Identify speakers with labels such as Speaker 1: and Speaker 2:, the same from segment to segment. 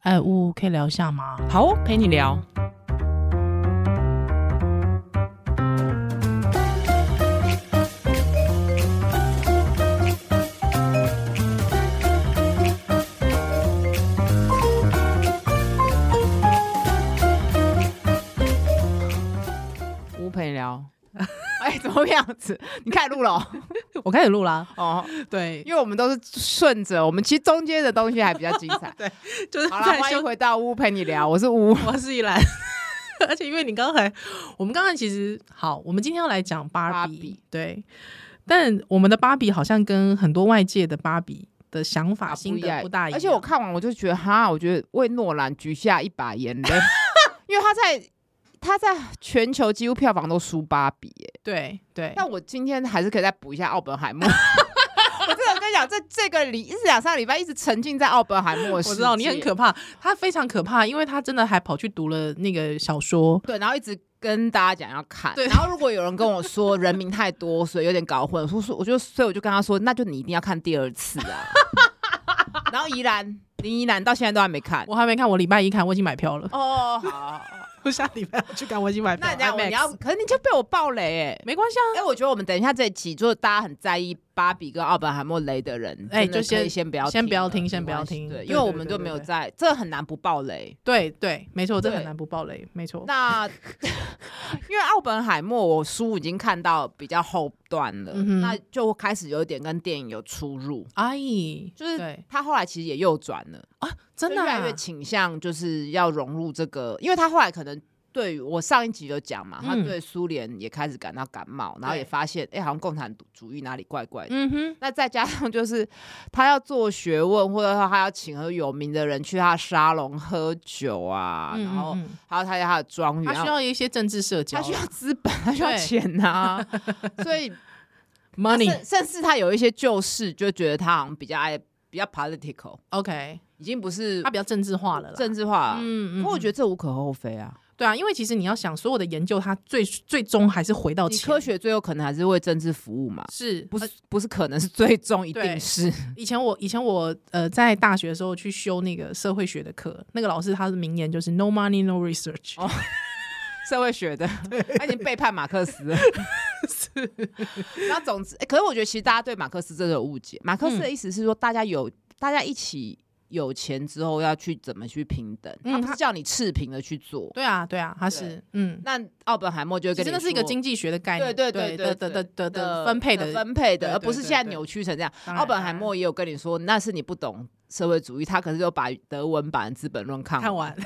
Speaker 1: 哎，呜，可以聊一下 吗？
Speaker 2: 好哦，陪你聊。吴陪你聊。 哎，怎么样子？你开始录 了哦
Speaker 1: 我开始录啦。
Speaker 2: 哦，
Speaker 1: 对，
Speaker 2: 因为我们都是顺着，我们其实中间的东西还比较精 彩。
Speaker 3: 就是
Speaker 2: 好了，
Speaker 3: 在
Speaker 2: 欢迎
Speaker 3: 休，
Speaker 2: 回到屋陪你聊，我是屋。
Speaker 3: 我是依兰。 而且因为你刚才，我们刚才其实好，我们今天要来讲芭
Speaker 2: 芭比
Speaker 3: 比，对。但我们的芭比好像跟很多外界的芭比的想法、心
Speaker 2: 样
Speaker 3: 得啊不大一样，
Speaker 2: 而且我看完我就觉得，哈，我觉得为诺兰举下一把眼 泪，因为他在他在全球几乎票房都输芭比、耶。
Speaker 3: 对对，
Speaker 2: 但我今天还是可以再补一下奥本海默。 我真的跟你讲，这这个礼一两三个礼拜一直沉浸在奥本海默的世界，
Speaker 3: 我知道你很可怕，他非常可怕，因为他真的还跑去读了那个小说，
Speaker 2: 对，然后一直跟大家讲要看，
Speaker 3: 对
Speaker 2: 然后如果有人跟我说人名太多，所以有点搞混，我说说，我就所以我就跟他说，那就你一定要看第二次啊。 然后怡然林怡然到现在都还没看。，
Speaker 3: 我还没看，我礼拜一看，我已经买票了
Speaker 2: 哦，好好，好
Speaker 3: 我下礼拜要去看，我已经买
Speaker 2: 那
Speaker 3: 了
Speaker 2: 你要
Speaker 3: IMAX
Speaker 2: 你要，可是你就被我爆雷哎、
Speaker 3: 没关系啊，
Speaker 2: 哎、我觉得我们等一下这一期，就是大家很在意芭比跟奥本海默雷的人，
Speaker 3: 哎
Speaker 2: 真的
Speaker 3: 就先
Speaker 2: 可以先不要，
Speaker 3: 先不要听
Speaker 2: 听了，
Speaker 3: 先不要
Speaker 2: 没关系
Speaker 3: 听
Speaker 2: 对，
Speaker 3: 对
Speaker 2: 因为
Speaker 3: 对
Speaker 2: 我
Speaker 3: 对
Speaker 2: 们
Speaker 3: 对
Speaker 2: 就没有
Speaker 3: 对
Speaker 2: 在，这很难不 爆雷。
Speaker 3: 对对，没错，这
Speaker 2: 对
Speaker 3: 很难不爆雷，没错，
Speaker 2: 那因为奥本海默，我书已经看到比较后段了，
Speaker 3: 嗯哼
Speaker 2: 那就开始有一点跟电影有出入，
Speaker 3: 哎，
Speaker 2: 就是
Speaker 3: 对
Speaker 2: 他后来其实也右转了，
Speaker 3: 真
Speaker 2: 就
Speaker 3: 的
Speaker 2: 越
Speaker 3: 啊、
Speaker 2: 来越倾向就是要融入这个，因为他后来可能。对于我上一集有讲嘛，他
Speaker 3: 嗯
Speaker 2: 对苏联也开始感到感冒，然后也
Speaker 3: 对
Speaker 2: 发现，哎，好像共产主义哪里怪怪的。
Speaker 3: 嗯哼，
Speaker 2: 那再加上就是他要做学问，或者说他要请很有名的人去他的沙龙喝酒啊，
Speaker 3: 嗯
Speaker 2: 然后
Speaker 3: 嗯嗯
Speaker 2: 还有他在他的庄园，
Speaker 3: 他需要一些政治社交啦，
Speaker 2: 他需要资本，他需要
Speaker 3: 对
Speaker 2: 钱呐、所以
Speaker 3: money。
Speaker 2: 甚甚至他有一些旧事，就觉得他好像比较爱比较 political，
Speaker 3: OK，
Speaker 2: 已经不是
Speaker 3: 它比较政治化了啦。
Speaker 2: 政治化了。
Speaker 3: 嗯
Speaker 2: 不过我觉得这无可厚非啊，
Speaker 3: 对啊，因为其实你要想，所有的研究它最最终还是回到
Speaker 2: 你
Speaker 3: 钱
Speaker 2: 科学最有可能还是为政治服务嘛，
Speaker 3: 是
Speaker 2: 不
Speaker 3: 呃
Speaker 2: 是不是可能是最终一定
Speaker 3: 对
Speaker 2: 是。
Speaker 3: 以前我以前我呃在大学的时候去修那个社会学的课，那个老师他的名言就是 “No money, no research”，、
Speaker 2: 哦社会学 的，他已经背叛马克思 了。是，然后总之、欸可是我觉得其实大家对马克思真的有误解。马克思的意思是说，大家有、大家一起有钱之后要去怎么去平等，
Speaker 3: 嗯
Speaker 2: 他不是
Speaker 3: 他
Speaker 2: 叫你赤贫的去做。
Speaker 3: 对啊对啊，他是嗯，
Speaker 2: 那奥本海默就会
Speaker 3: 其
Speaker 2: 跟
Speaker 3: 实
Speaker 2: 你
Speaker 3: 那是一个
Speaker 2: 说。
Speaker 3: 经济学的概
Speaker 2: 对
Speaker 3: 念，
Speaker 2: 对
Speaker 3: 对
Speaker 2: 对
Speaker 3: 的的的的的分配的
Speaker 2: 分配
Speaker 3: 对
Speaker 2: 的，
Speaker 3: 对
Speaker 2: 而不是
Speaker 3: 对
Speaker 2: 现在
Speaker 3: 对
Speaker 2: 扭曲成这样。
Speaker 3: 当然
Speaker 2: 奥本海默也有跟你说，那是你不懂社会主义，他可是有把德文版《资本论》看
Speaker 3: 看 完。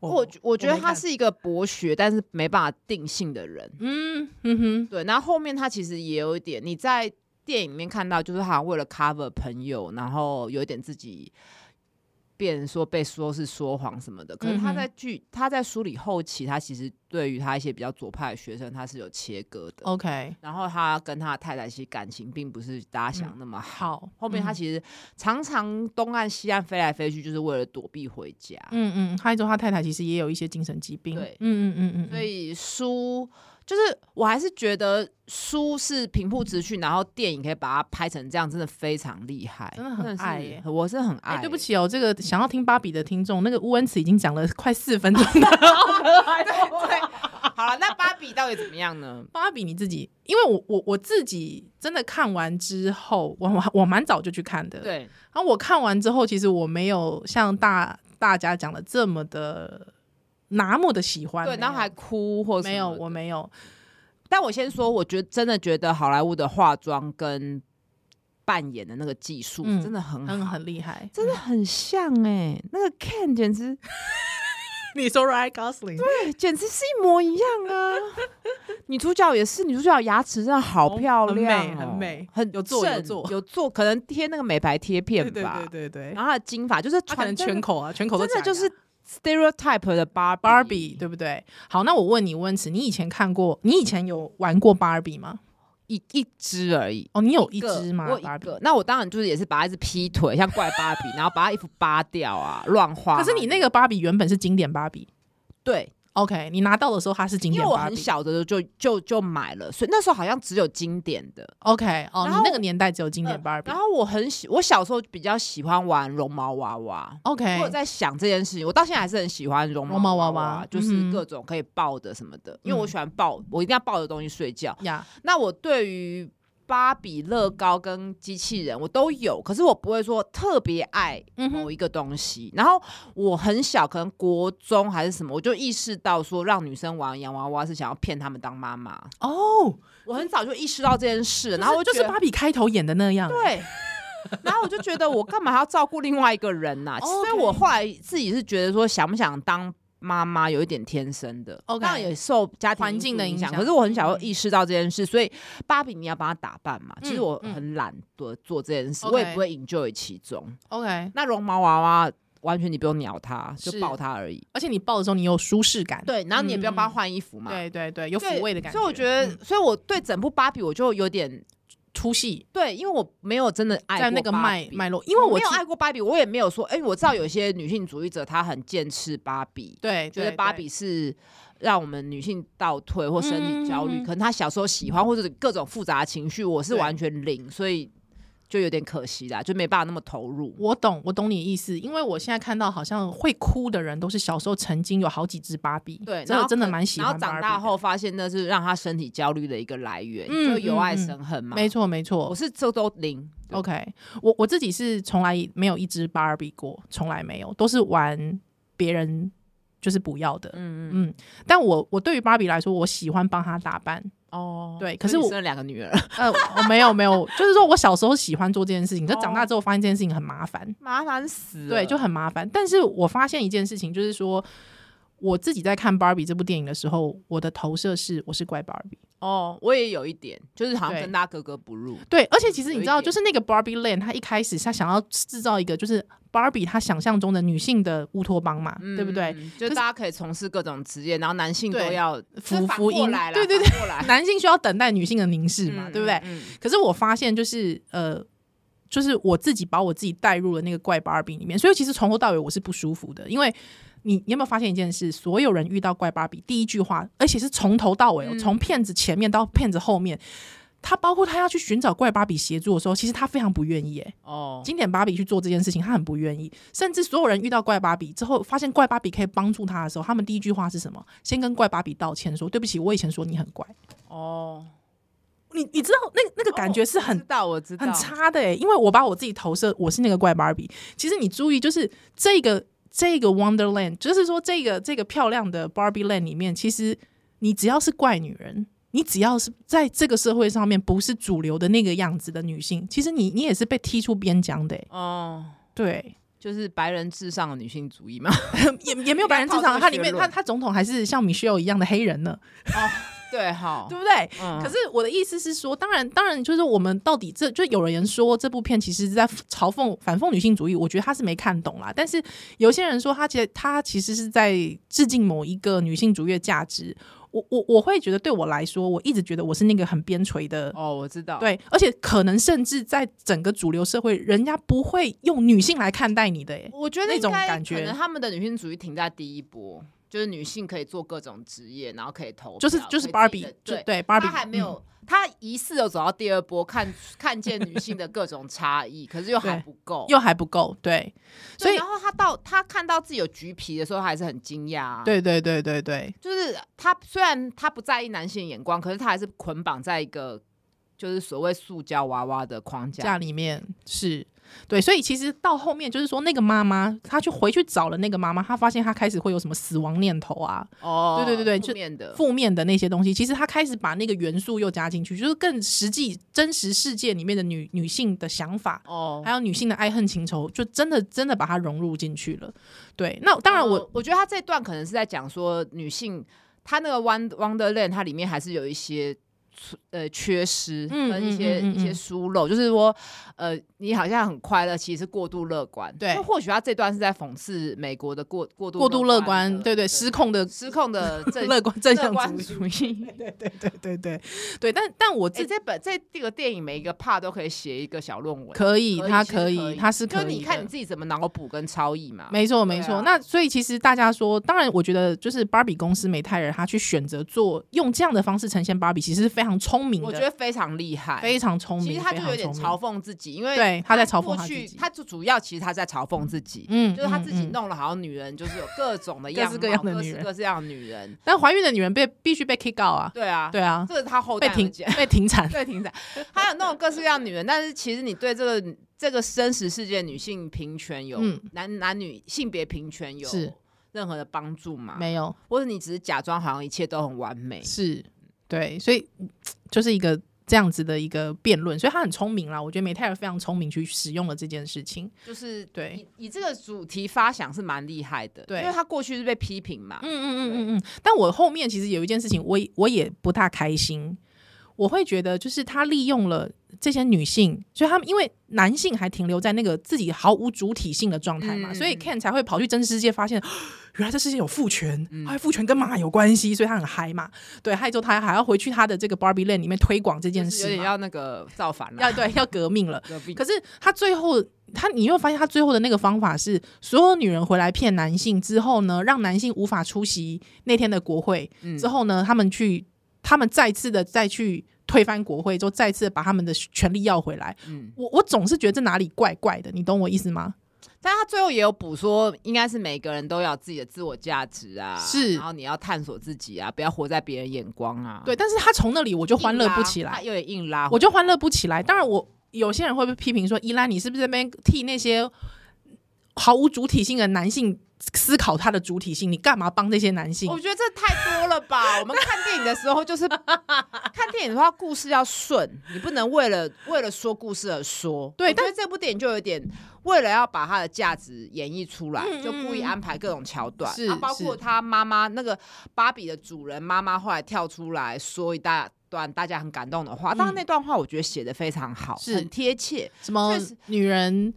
Speaker 2: 我我觉
Speaker 3: 我
Speaker 2: 得
Speaker 3: 没
Speaker 2: 他
Speaker 3: 看
Speaker 2: 是一个博学，但是没办法定性的人。
Speaker 3: 嗯嗯哼，
Speaker 2: 对，然后后面他其实也有一点，你在电影里面看到，就是好像为了 cover 朋友，然后有一点自己变说被说是说谎什么的。可是他
Speaker 3: 嗯哼
Speaker 2: 在剧、他在书里后期，他其实对于他一些比较左派的学生，他是有切割的。
Speaker 3: ，OK，
Speaker 2: 然后他跟他的太太其实感情并不是大家想那么好。
Speaker 3: 好，
Speaker 2: 后面他
Speaker 3: 嗯
Speaker 2: 其实常常东岸西岸飞来飞去，就是为了躲避回家。
Speaker 3: 嗯嗯，他说他太太其实也有一些精神疾病，
Speaker 2: 对
Speaker 3: 嗯嗯嗯嗯，
Speaker 2: 所以书就是我还是觉得书是平铺直叙，然后电影可以把它拍成这样，真的非常厉害，
Speaker 3: 真的很爱耶
Speaker 2: 是我是很爱、
Speaker 3: 哎、对不，起哦，这个想要听芭比的听众，那个乌恩慈已经讲了快四分 钟了。
Speaker 2: 哦 好了，那芭比到底怎么样呢？
Speaker 3: 芭比你自己，因为我我我自己真的看完之后，我我我蛮早就去看的。。
Speaker 2: 对，
Speaker 3: 然后我看完之后，其实我没有像大大家讲的这么的那么的喜欢。
Speaker 2: 对，
Speaker 3: 没有
Speaker 2: 然后还哭或什么的
Speaker 3: 没有，我。没有。
Speaker 2: 但我先说，我觉得真的觉得好莱坞的化妆跟扮演的那个技术
Speaker 3: 嗯
Speaker 2: 真的很好，
Speaker 3: 很很厉害，
Speaker 2: 真的很像哎、那个 Ken 简直
Speaker 3: 你说 Ryan Gosling，
Speaker 2: 简直是一模一样啊！ 女主角也是，女主角牙齿真的好漂亮、哦
Speaker 3: 很美很美
Speaker 2: 很
Speaker 3: 有做
Speaker 2: 正
Speaker 3: 有做
Speaker 2: 有做，可能贴那个美白贴片吧。
Speaker 3: 对对对对对，
Speaker 2: 然后她的金发就是
Speaker 3: 他可能
Speaker 2: 穿真的
Speaker 3: 全口啊，全口都
Speaker 2: 真的
Speaker 3: 假
Speaker 2: 就
Speaker 3: 牙
Speaker 2: 是嗯 stereotype 的芭
Speaker 3: Barbie，对不对？好，那我问你，温慈，你以前看过，你以前有玩过 Barbie 吗？
Speaker 2: 一一只而已。
Speaker 3: 哦，你有一
Speaker 2: 个
Speaker 3: 只吗？
Speaker 2: 我有
Speaker 3: 芭
Speaker 2: 一
Speaker 3: 比？
Speaker 2: 个，那我当然就是也是把它一只劈腿，像怪芭 比，然后把它衣服扒掉啊，乱画。
Speaker 3: 可是你那个芭比原本是经典芭比
Speaker 2: 对，
Speaker 3: OK，你拿到的时候它是经
Speaker 2: 因
Speaker 3: 典
Speaker 2: 为
Speaker 3: 芭比，
Speaker 2: 我很小的时候就就就买了，所以那时候好像只有经典的。
Speaker 3: OK，哦，
Speaker 2: 然
Speaker 3: 你
Speaker 2: 后嗯
Speaker 3: 那个年代只有经典芭比、
Speaker 2: 然后我很喜，我小时候比较喜欢玩绒毛娃娃。
Speaker 3: OK，
Speaker 2: 我有在想这件事情，我到现在还是很喜欢绒
Speaker 3: 哎绒毛
Speaker 2: 娃
Speaker 3: 娃娃
Speaker 2: 就是
Speaker 3: 嗯哼
Speaker 2: 各种可以抱的什么的，因为我
Speaker 3: 嗯
Speaker 2: 喜欢抱，我一定要抱着东西睡觉。
Speaker 3: 呀
Speaker 2: 那我对于芭比、乐高跟机器人我都有，可是我不会说特别爱
Speaker 3: 嗯哼
Speaker 2: 某一个东西。然后我很小，可能国中还是什么，我就意识到说，让女生玩洋娃娃是想要骗她们当妈妈。
Speaker 3: 哦，
Speaker 2: 我很早就意识到这件事，然
Speaker 3: 然
Speaker 2: 后
Speaker 3: 后
Speaker 2: 我
Speaker 3: 就是
Speaker 2: 觉得
Speaker 3: 芭比开头演的那样，，
Speaker 2: 对。然后我就觉得我干嘛还要照顾另外一个人 呐、
Speaker 3: OK
Speaker 2: 所以我后来自己是觉得说，想不想当妈妈有一点天生的
Speaker 3: OK
Speaker 2: 当然也受家庭
Speaker 3: 环境的
Speaker 2: 因素
Speaker 3: 影
Speaker 2: 影响。
Speaker 3: 响
Speaker 2: 可是我很小就意识到这件事，所以芭比你要帮她打扮嘛。
Speaker 3: 嗯
Speaker 2: 其实我很懒得做这件事，
Speaker 3: OK
Speaker 2: 我也不会 enjoy 其中。
Speaker 3: OK，
Speaker 2: 那绒毛娃娃完全你不用鸟它，就是抱它而已。
Speaker 3: 而且你抱的时候你有舒适感，
Speaker 2: 对，然后你也不要帮
Speaker 3: 嗯
Speaker 2: 它换衣服嘛。
Speaker 3: 对对对，有
Speaker 2: 对，
Speaker 3: 抚慰的感
Speaker 2: 所以我觉得，
Speaker 3: 嗯
Speaker 2: 所以我对整部芭比我就有点
Speaker 3: 出戏
Speaker 2: 对，因为我没有真的爱
Speaker 3: 在
Speaker 2: 过
Speaker 3: 那个
Speaker 2: 芭
Speaker 3: 脉
Speaker 2: 比
Speaker 3: 脉络，因
Speaker 2: 因
Speaker 3: 为
Speaker 2: 为
Speaker 3: 我
Speaker 2: 我没有
Speaker 3: 记
Speaker 2: 爱过芭比，我也没有说，哎、我知道有些女性主义者她很坚持芭比，
Speaker 3: 对
Speaker 2: 觉得芭比是让我们女性倒退或身体焦
Speaker 3: 嗯
Speaker 2: 虑，
Speaker 3: 嗯嗯嗯
Speaker 2: 可能她小时候喜欢或者是各种复杂情绪，我是
Speaker 3: 对
Speaker 2: 完全零，所以就有点可惜啦，就没办法那么投入。
Speaker 3: 我懂，我懂你意思，因为我现在看到好像会哭的人都是小时候曾经有好几只芭比，
Speaker 2: 对，
Speaker 3: 真
Speaker 2: 然
Speaker 3: 的
Speaker 2: 后
Speaker 3: 真的
Speaker 2: 可
Speaker 3: 蛮喜
Speaker 2: 然后
Speaker 3: 欢芭比
Speaker 2: 长
Speaker 3: 的。
Speaker 2: 大后发现那是让她身体焦虑的一个来源，
Speaker 3: 嗯
Speaker 2: 就由爱
Speaker 3: 嗯嗯
Speaker 2: 生恨嘛。
Speaker 3: 没，错哦没
Speaker 2: 我
Speaker 3: 错
Speaker 2: 是这都零。
Speaker 3: ，OK，我我自己是从来没有一只芭比过，从来没有，都是玩别人就是不要的。
Speaker 2: 嗯嗯
Speaker 3: 嗯，但我我对于芭比来说，我喜欢帮她打扮。
Speaker 2: 哦
Speaker 3: 对可
Speaker 2: 所以
Speaker 3: 是
Speaker 2: 你
Speaker 3: 我
Speaker 2: 生了两个女儿，
Speaker 3: 呃，我没有没有，就是说我小时候喜欢做这件事情，可是长大
Speaker 2: 哦
Speaker 3: 之后发现这件事情很 麻烦。
Speaker 2: 麻烦死了。
Speaker 3: 对，就很麻烦。但是我发现一件事情，就是说我自己在看《芭比》这部电影的时候，我的投射是我是怪芭比。
Speaker 2: 哦，我也有一点，就是好像
Speaker 3: 对
Speaker 2: 跟大家格格不入。
Speaker 3: 对，而且其实
Speaker 2: 有
Speaker 3: 你
Speaker 2: 一
Speaker 3: 知道，
Speaker 2: 点
Speaker 3: 就是那个 Barbie Land，她一开始她想要制造一个就是芭比她想象中的女性的乌托邦嘛，对不对？
Speaker 2: 嗯？就
Speaker 3: 可是
Speaker 2: 大家可以从事各种职业，然后男性都
Speaker 3: 对
Speaker 2: 要
Speaker 3: 服
Speaker 2: 就反
Speaker 3: 服
Speaker 2: 过
Speaker 3: 膺
Speaker 2: 来啦
Speaker 3: 对对
Speaker 2: 反过来
Speaker 3: 男性需要等待女性的凝视嘛，
Speaker 2: 嗯
Speaker 3: 对不对？
Speaker 2: 嗯嗯
Speaker 3: 可是我发现就是呃。就是我自己把我自己带入了那个怪芭比里面，所以其实从头到尾我是不舒服的。因为你你有没有发现一件事？所有人遇到怪芭比，第一句话，而且是从头到尾哦，
Speaker 2: 嗯
Speaker 3: 从骗子前面到骗子后面，他包括他要去寻找怪芭比协助的时候，其实他非常不愿意、欸。
Speaker 2: 哦，
Speaker 3: 经典芭比去做这件事情，他很不愿意。甚至所有人遇到怪芭比之后，发现怪芭比可以帮助他的时候，他们第一句话是什么？先跟怪芭比道歉说：“对不起，我以前说你很怪。
Speaker 2: 哦，
Speaker 3: 你”你知道那那个感觉是很
Speaker 2: 我知道，我知道，
Speaker 3: 很差的、欸，因为我把我自己投射我是那个怪芭比。其实你注意，就是这个这个 Wonderland，就是说这个这个漂亮的 Barbie Land 里面，其实你只要是怪女人，你只要是在这个社会上面不是主流的那个样子的女性，其实你你也是被踢出边疆的、欸。
Speaker 2: 哦。
Speaker 3: 对，
Speaker 2: 就是白人至上的女性主义嘛，
Speaker 3: 嗯也也没有白人至
Speaker 2: 要靠这
Speaker 3: 上，
Speaker 2: 个
Speaker 3: 它里面
Speaker 2: 学
Speaker 3: 它
Speaker 2: 论
Speaker 3: 它总统还是像 Michelle 一样的黑人呢，
Speaker 2: 对哈，
Speaker 3: 对不对？
Speaker 2: 嗯
Speaker 3: 可是我的意思是说，当然，当然，就是我们到底这就有人说这部片其实是在嘲讽反讽女性主义，我觉得他是没看懂啦。但是有些人说他其实他其实是在致敬某一个女性主义的价值。我我我会觉得对我来说，
Speaker 2: 嗯
Speaker 3: 我一直觉得我是那个很边陲的。
Speaker 2: 哦，我知道，，
Speaker 3: 对，而且可能甚至在整个主流社会，人家不会用女性来看待你的耶。
Speaker 2: 我觉得
Speaker 3: 那
Speaker 2: 应
Speaker 3: 种
Speaker 2: 该
Speaker 3: 感
Speaker 2: 可
Speaker 3: 觉
Speaker 2: 能他们的女性主义停在第一波，就是女性可以做各种职业，然后可以投票，
Speaker 3: 就是就是
Speaker 2: 可以自己
Speaker 3: Barbie，
Speaker 2: 的
Speaker 3: 就
Speaker 2: 对嗯
Speaker 3: 对 Barbie，嗯
Speaker 2: 他还没有，他疑似有走到第二波，看看见女性的各种差异，可是又还
Speaker 3: 对
Speaker 2: 不够
Speaker 3: 嗯，又还不够，对，
Speaker 2: 对
Speaker 3: 所以
Speaker 2: 然后他到他看到自己有橘皮的时候，他还是很惊讶、啊。，
Speaker 3: 对对对对对，
Speaker 2: 就是他虽然他不在意男性眼光，可是他还是捆绑在一个就是所谓塑胶娃娃的框
Speaker 3: 家
Speaker 2: 架里。
Speaker 3: 里面是对，所以其实到后面就是说，那个妈妈她去回去找了那个妈妈，她发现她开始会有什么死亡念头啊，
Speaker 2: 哦
Speaker 3: 对对对对
Speaker 2: 负
Speaker 3: 就
Speaker 2: 面的。
Speaker 3: 负面的那些东西，其实她开始把那个元素又加进去，就是更实际真实世界里面的女女性的想法。
Speaker 2: 哦
Speaker 3: 还，有女性的爱恨情仇，就真的真的把它融入进去了。对，那当然我、
Speaker 2: 哦我觉得他这段可能是在讲说女性，她那个 Wonder Wonderland，它里面还是有一些呃缺失
Speaker 3: 嗯
Speaker 2: 跟
Speaker 3: 嗯
Speaker 2: 一些、
Speaker 3: 嗯嗯
Speaker 2: 一些
Speaker 3: 嗯
Speaker 2: 疏漏，就是说呃你好像很快乐，其实是过度乐观。
Speaker 3: 对
Speaker 2: 那或许他这段是在讽刺美国的过过度
Speaker 3: 过度乐观，
Speaker 2: 的
Speaker 3: 对对，失控的
Speaker 2: 失控 的正
Speaker 3: 乐观正
Speaker 2: 乐
Speaker 3: 向
Speaker 2: 观
Speaker 3: 主义， 对对对对对对，但但我
Speaker 2: 这
Speaker 3: 自
Speaker 2: 哎这本这这个电影每一个 part 都可以写一个小论文，
Speaker 3: 可以，
Speaker 2: 可以
Speaker 3: 他
Speaker 2: 其实可
Speaker 3: 以，他是
Speaker 2: 就
Speaker 3: 可以的。
Speaker 2: 你看你自己怎么脑补跟超译嘛。
Speaker 3: 没错，
Speaker 2: 对
Speaker 3: 没错。
Speaker 2: 啊
Speaker 3: 那所以其实大家说，当然，我觉得就是芭比公司美泰尔他去选择做用这样的方式呈现芭比，其实是非常聪明的，
Speaker 2: 我觉得非常厉害，
Speaker 3: 非常聪明，
Speaker 2: 其实他就有点
Speaker 3: 非常聪
Speaker 2: 嘲
Speaker 3: 明。
Speaker 2: 讽自己，因为
Speaker 3: 对他在嘲讽
Speaker 2: 过
Speaker 3: 他自
Speaker 2: 去
Speaker 3: 己
Speaker 2: 他就主要其实他在嘲讽自己，
Speaker 3: 嗯
Speaker 2: 就是他自己
Speaker 3: 嗯嗯
Speaker 2: 弄了，好像女人就是有各种 的
Speaker 3: 各
Speaker 2: 样
Speaker 3: 式
Speaker 2: 貌，
Speaker 3: 各样的
Speaker 2: 各
Speaker 3: 女
Speaker 2: 式
Speaker 3: 人
Speaker 2: 各式样的女人，
Speaker 3: 但怀孕的女人被必须被 kick out 啊，
Speaker 2: 对啊，
Speaker 3: 对啊，
Speaker 2: 这是他后代
Speaker 3: 被停
Speaker 2: 讲。
Speaker 3: 被停 产，
Speaker 2: 对，停在还有那种各式各样的女人，但是其实你对这个这个真实世界女性平权有、
Speaker 3: 嗯
Speaker 2: 男男女性别平权有
Speaker 3: 是
Speaker 2: 任何的帮助吗？
Speaker 3: 没有
Speaker 2: 或者你只是假装好像一切都很完美，
Speaker 3: 是，对，所以就是一个这样子的一个辩论，所以他很聪明啦。我觉得美泰尔非常聪明去使用了这件事情。
Speaker 2: 就是
Speaker 3: 对
Speaker 2: 以以这个主题发想是蛮厉害的，
Speaker 3: 对
Speaker 2: 因为他过去是被批评嘛，
Speaker 3: 嗯嗯嗯嗯嗯。但我后面其实有一件事情，我也我也不大开心。我会觉得，就是他利用了这些女性，所以他们因为男性还停留在那个自己毫无主体性的状态嘛，
Speaker 2: 嗯
Speaker 3: 所以
Speaker 2: 嗯
Speaker 3: Ken 才会跑去真实世界，发现 原来这世界有父权，
Speaker 2: 嗯
Speaker 3: 还父权跟马有关系，所以他很嗨嘛。对，嗨之后他还要回去他的这个 Barbie Land 里面推广这
Speaker 2: 就
Speaker 3: 件
Speaker 2: 是有
Speaker 3: 事
Speaker 2: 点
Speaker 3: 嘛，
Speaker 2: 要那个造反了
Speaker 3: 要。对要革命了。
Speaker 2: 隔壁
Speaker 3: 可是他最后，他你又发现他最后的那个方法是，所有女人回来骗男性之后呢，让男性无法出席那天的国会，
Speaker 2: 嗯
Speaker 3: 之后呢，他们去，他们再次的再去推翻国会，之后再次把他们的权利要回来。
Speaker 2: 嗯，
Speaker 3: 我我总是觉得这哪里怪怪的，你懂我意思吗？
Speaker 2: 但他最后也有补说，应该是每个人都要有自己的自我价值啊，
Speaker 3: 是
Speaker 2: 然后你要探索自己啊，不要活在别人眼光啊。
Speaker 3: 对，但是他从那里我就
Speaker 2: 硬拉，
Speaker 3: 欢乐不起来
Speaker 2: 他，有点硬拉回来，
Speaker 3: 我就欢乐不起来。当然我，有些人会被批评说，依兰，你是不是在那边替那些毫无主体性的男性思考他的主体性？你干嘛帮这些男性
Speaker 2: 我？觉得这太多了吧？我们看电影的时 候就是看电影的话，故事要顺，你不能为了为了说故事而说。
Speaker 3: 对
Speaker 2: 我觉得这部电影就有点为了要把它的价值演绎出来，
Speaker 3: 嗯
Speaker 2: 就故意
Speaker 3: 嗯嗯
Speaker 2: 安排各种桥段，
Speaker 3: 是
Speaker 2: 啊包括
Speaker 3: 是
Speaker 2: 他妈妈那个芭比的主人妈妈后来跳出来说一大。段大家很感动的话，当然
Speaker 3: 嗯
Speaker 2: 那段话我觉得写的非常好，
Speaker 3: 是
Speaker 2: 很贴切。
Speaker 3: 什么
Speaker 2: 确实
Speaker 3: 女人